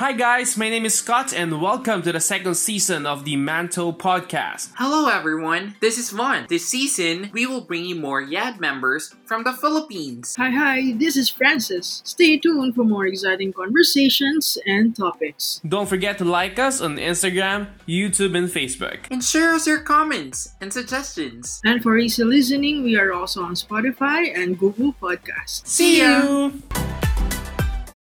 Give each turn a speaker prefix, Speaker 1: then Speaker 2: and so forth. Speaker 1: Hi guys, my name is Scott and welcome to the second season of the Mantle Podcast.
Speaker 2: Hello everyone, this is Vaughn. This season, we will bring you more YAD members from the Philippines.
Speaker 3: Hi, hi, this is Francis. Stay tuned for more exciting conversations and topics.
Speaker 1: Don't forget to like us on Instagram, YouTube, and Facebook.
Speaker 2: And share us your comments and suggestions.
Speaker 3: And for easy listening, we are also on Spotify and Google Podcasts.
Speaker 2: See ya!
Speaker 1: you.